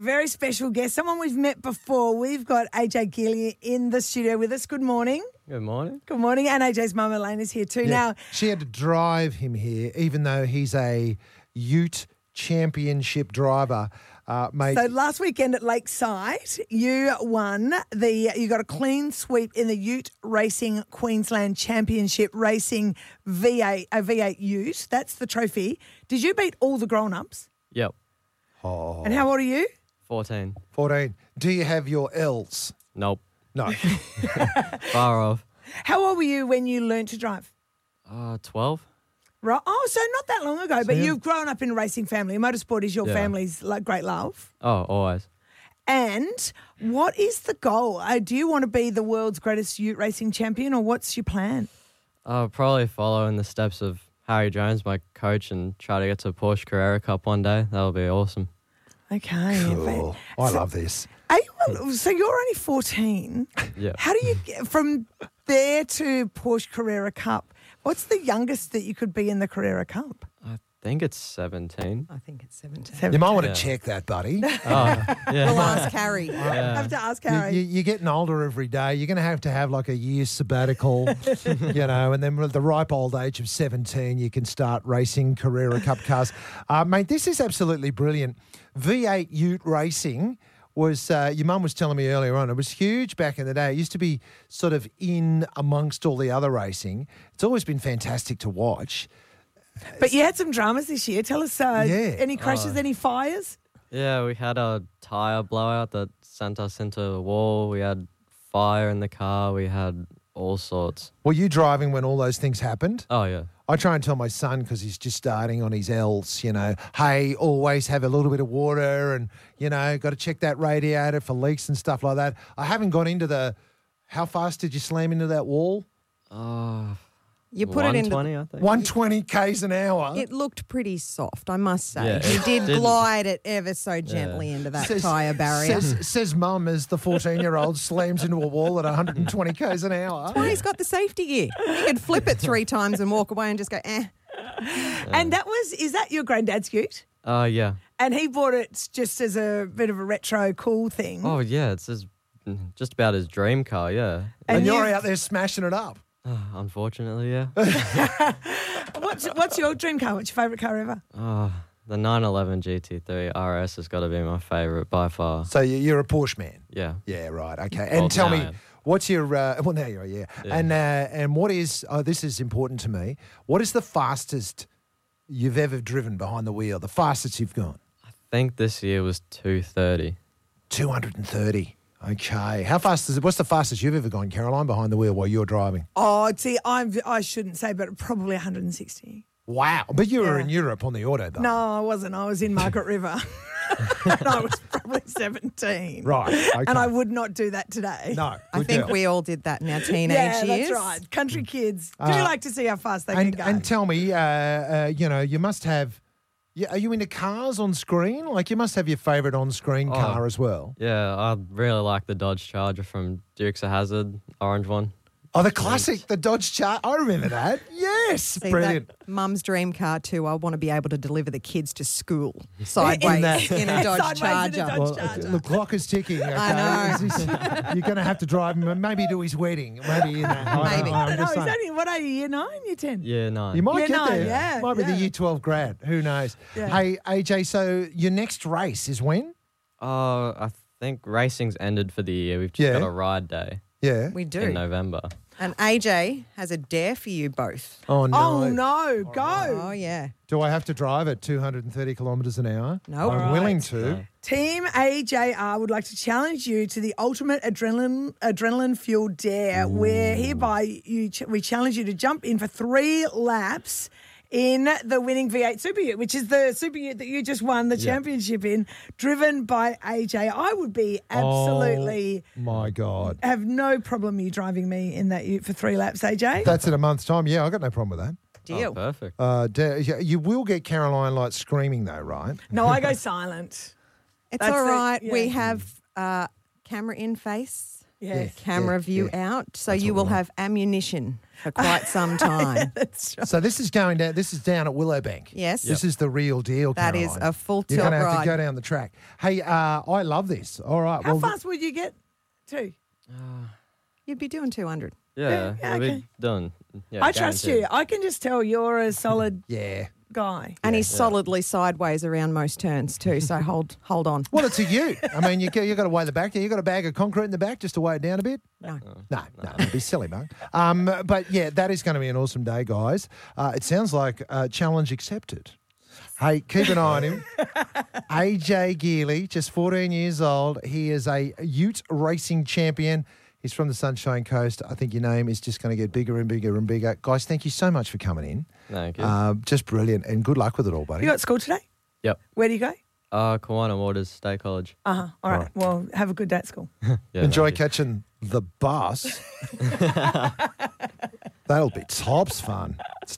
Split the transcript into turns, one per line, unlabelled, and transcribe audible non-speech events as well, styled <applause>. Very special guest, someone we've met before. We've got AJ Gillian in the studio with us. Good morning.
Good morning.
Good morning. And AJ's mum Elaine is here too.
Yeah.
Now,
she had to drive him here, even though he's a Ute Championship driver, uh, mate.
so last weekend at Lakeside, you won the you got a clean sweep in the Ute Racing Queensland Championship Racing V8 a V8 Ute. That's the trophy. Did you beat all the grown-ups?
Yep.
oh,
And how old are you?
14.
14. Do you have your L's?
Nope.
<laughs>
No.
Far <laughs> off.
How old were you when you learned to drive?
Uh, 12?
Right. Oh, so not that long ago, but
yeah.
you've grown up in a racing family. Motorsport is your
Yeah.
family's like great love.
Oh, always.
And what is the goal? Uh, do you want to be the world's greatest ute racing champion, or what's your plan?
I'll Uh, probably follow in the steps of Harry Jones, my coach, and try to get to Porsche Carrera Cup one day. That would be awesome.
Okay.
Cool. I love this.
Are you- so you're only 14.
Yeah.
How do you get from there to Porsche Carrera Cup? What's the youngest that you could be in the Carrera Cup?
I think it's 17.
I think it's 17.
You might want
Yeah.
to check
<laughs>
that, buddy. Uh,
The last carry.
I have to ask
You,
Harry.
you, you're getting older every day. You're going to have to have like a year's sabbatical, you know, and then with the ripe old age of 17, you can start racing Carrera Cup cars. Uh, mate, this is absolutely brilliant. V8 Ute Racing was, uh, your mum was telling me earlier on, it was huge back in the day. It used to be sort of in amongst all the other racing. It's always been fantastic to watch.
But you had some dramas this year. Tell us uh,
Yeah.
any crashes, any fires?
Yeah, we had a tire blowout that sent us into the wall. We had fire in the car. We had all sorts.
Were you driving when all those things happened?
Oh, yeah.
I try and tell my son because he's just starting on his L's, you know, hey, always have a little bit of water and, you know, got to check that radiator for leaks and stuff like that. I haven't gone into the, how fast did you slam into that wall?
Uh,
You put it in.
120,
The,
I think.
120 Ks an hour.
it looked pretty soft, I must say.
Yeah,
you
it
did
didn't-
glide it ever so gently into that tyre barrier.
Says, says mum as the 14 year old slams into a wall at 120 Ks an hour.
Why Oh, he's got the safety gear. He could flip it three times and walk away and just go, eh.
And that was, is that your granddad's ute?
Uh, yeah.
And he bought it just as a bit of a retro cool thing.
Oh, yeah. It's his, just about his dream car, yeah. <sighs>
And,
And
you're
you-
out there smashing it up.
Unfortunately, yeah.
What's, what's your dream car? What's your favourite car ever?
Oh, the 911 GT3 RS has got to be my favorite by far.
So you- you're a Porsche man.
Yeah.
Yeah, right. Okay.
Well,
And tell
now
me,
I am.
what's your uh, well now you're yeah. And uh, and what is oh this is important to me. What is the fastest you've ever driven behind the wheel? The fastest you've gone?
I think this year was 230.
Two hundred and thirty. Okay. How fast is it? What's the fastest you've ever gone, Caroline, behind the wheel while you're driving?
Oh, see, I'm, I shouldn't say, but probably 160.
Wow. But you were
Yeah.
in Europe on the autobahn.
No, I wasn't. I was in Margaret River. <laughs> and I was probably 17.
Right. Okay.
<laughs> And I would not do that today.
No.
I
good
think
girl.
we all did that in our teenage
Yeah,
years.
that's right. Country kids. Do you like to see how fast they
Mm. Uh, and,
can go?
and tell me, uh, uh, you know, you must have. Yeah, are you into cars on screen? Like you must have your favourite on-screen car as well.
Yeah, I really like the Dodge Charger from Dukes of Hazard, orange one.
Oh, the classic, the Dodge Chart. I remember that. Yes,
See,
brilliant.
that mum's dream car too. I want to be able to deliver the kids to school sideways in,
that-
a Dodge
Sideways in a Dodge-
Charger.
Well,
Charger.
the clock is ticking. Okay?
I
Is this- you're going to have to drive him maybe to his wedding. Maybe in that. I don't
Maybe.
know,
I
I'm
don't know.
just
He's
saying.
only, what are you, year nine, year 10?
Yeah, nine.
You might
Yeah,
get
no,
there.
yeah,
might be
yeah.
the year 12 grad. Who knows?
Yeah.
Hey, AJ, so your next race is when?
Uh, I think racing's ended for the year. We've just
Yeah.
got a ride day
Yeah.
We
in
do.
November.
And AJ has a dare for you both.
Oh, no.
Oh, no. Go.
Oh, yeah.
Do I have to drive at 230 kilometres an hour?
No.
I'm
All right.
willing to.
Team AJR would like to challenge you to the ultimate adrenaline adrenaline fueled dare, where hereby you ch- we challenge you to jump in for three laps in the winning V8 Super Ute, which is the Super Ute that you just won the championship in, driven by AJ. I would be absolutely
Oh, my God.
have no problem you driving me in that Ute for three laps,
<laughs>
AJ.
That's in a month's time. Yeah, I've got no problem with that.
Oh,
Deal.
perfect.
Uh, da- yeah, you will get Caroline like screaming though, right?
no, I go silent.
It's
That's
all
it,
right. We
yeah.
have uh, camera in face,
Yes.
camera view out, so you will have ammunition for quite some time.
That's right.
So this is going down. This is down at Willowbank.
Yes.
This is the real deal.
That is
Caroline.
a full
You're going to
tilt
have to go
ride.
down the track. Hey, uh, I love this. All right.
How
well,
fast would you get to?
You'd be doing 200.
Yeah,
yeah,
it'll
okay.
be done. Yeah,
I trust
guaranteed.
you. I can just tell you're a solid
Yeah.
guy.
And he's solidly sideways around most turns too, so hold hold on.
Well, it's a U. I mean, you you got to weigh the back. there. You got a bag of concrete in the back just to weigh it down a bit.
No.
No, no, it'd be silly, mate. Um, but yeah, that is going to be an awesome day, guys. Uh, it sounds like uh, challenge accepted. Hey, keep an eye
<laughs>
on him. AJ Geely, just 14 years old. He is a Ute racing champion. He's from the Sunshine Coast. I think your name is just going to get bigger and bigger and bigger. Guys, thank you so much for coming in.
Thank you.
Uh, just brilliant, and good luck with it all, buddy.
You got school today?
yep.
Where do you go?
Uh, Kiwana Waters State College.
Uh huh. All right.
Right.
Well, have a good day at school.
Yeah,
Enjoy
thank you.
catching
<laughs> <laughs>
the bus. That'll be tops fun. It's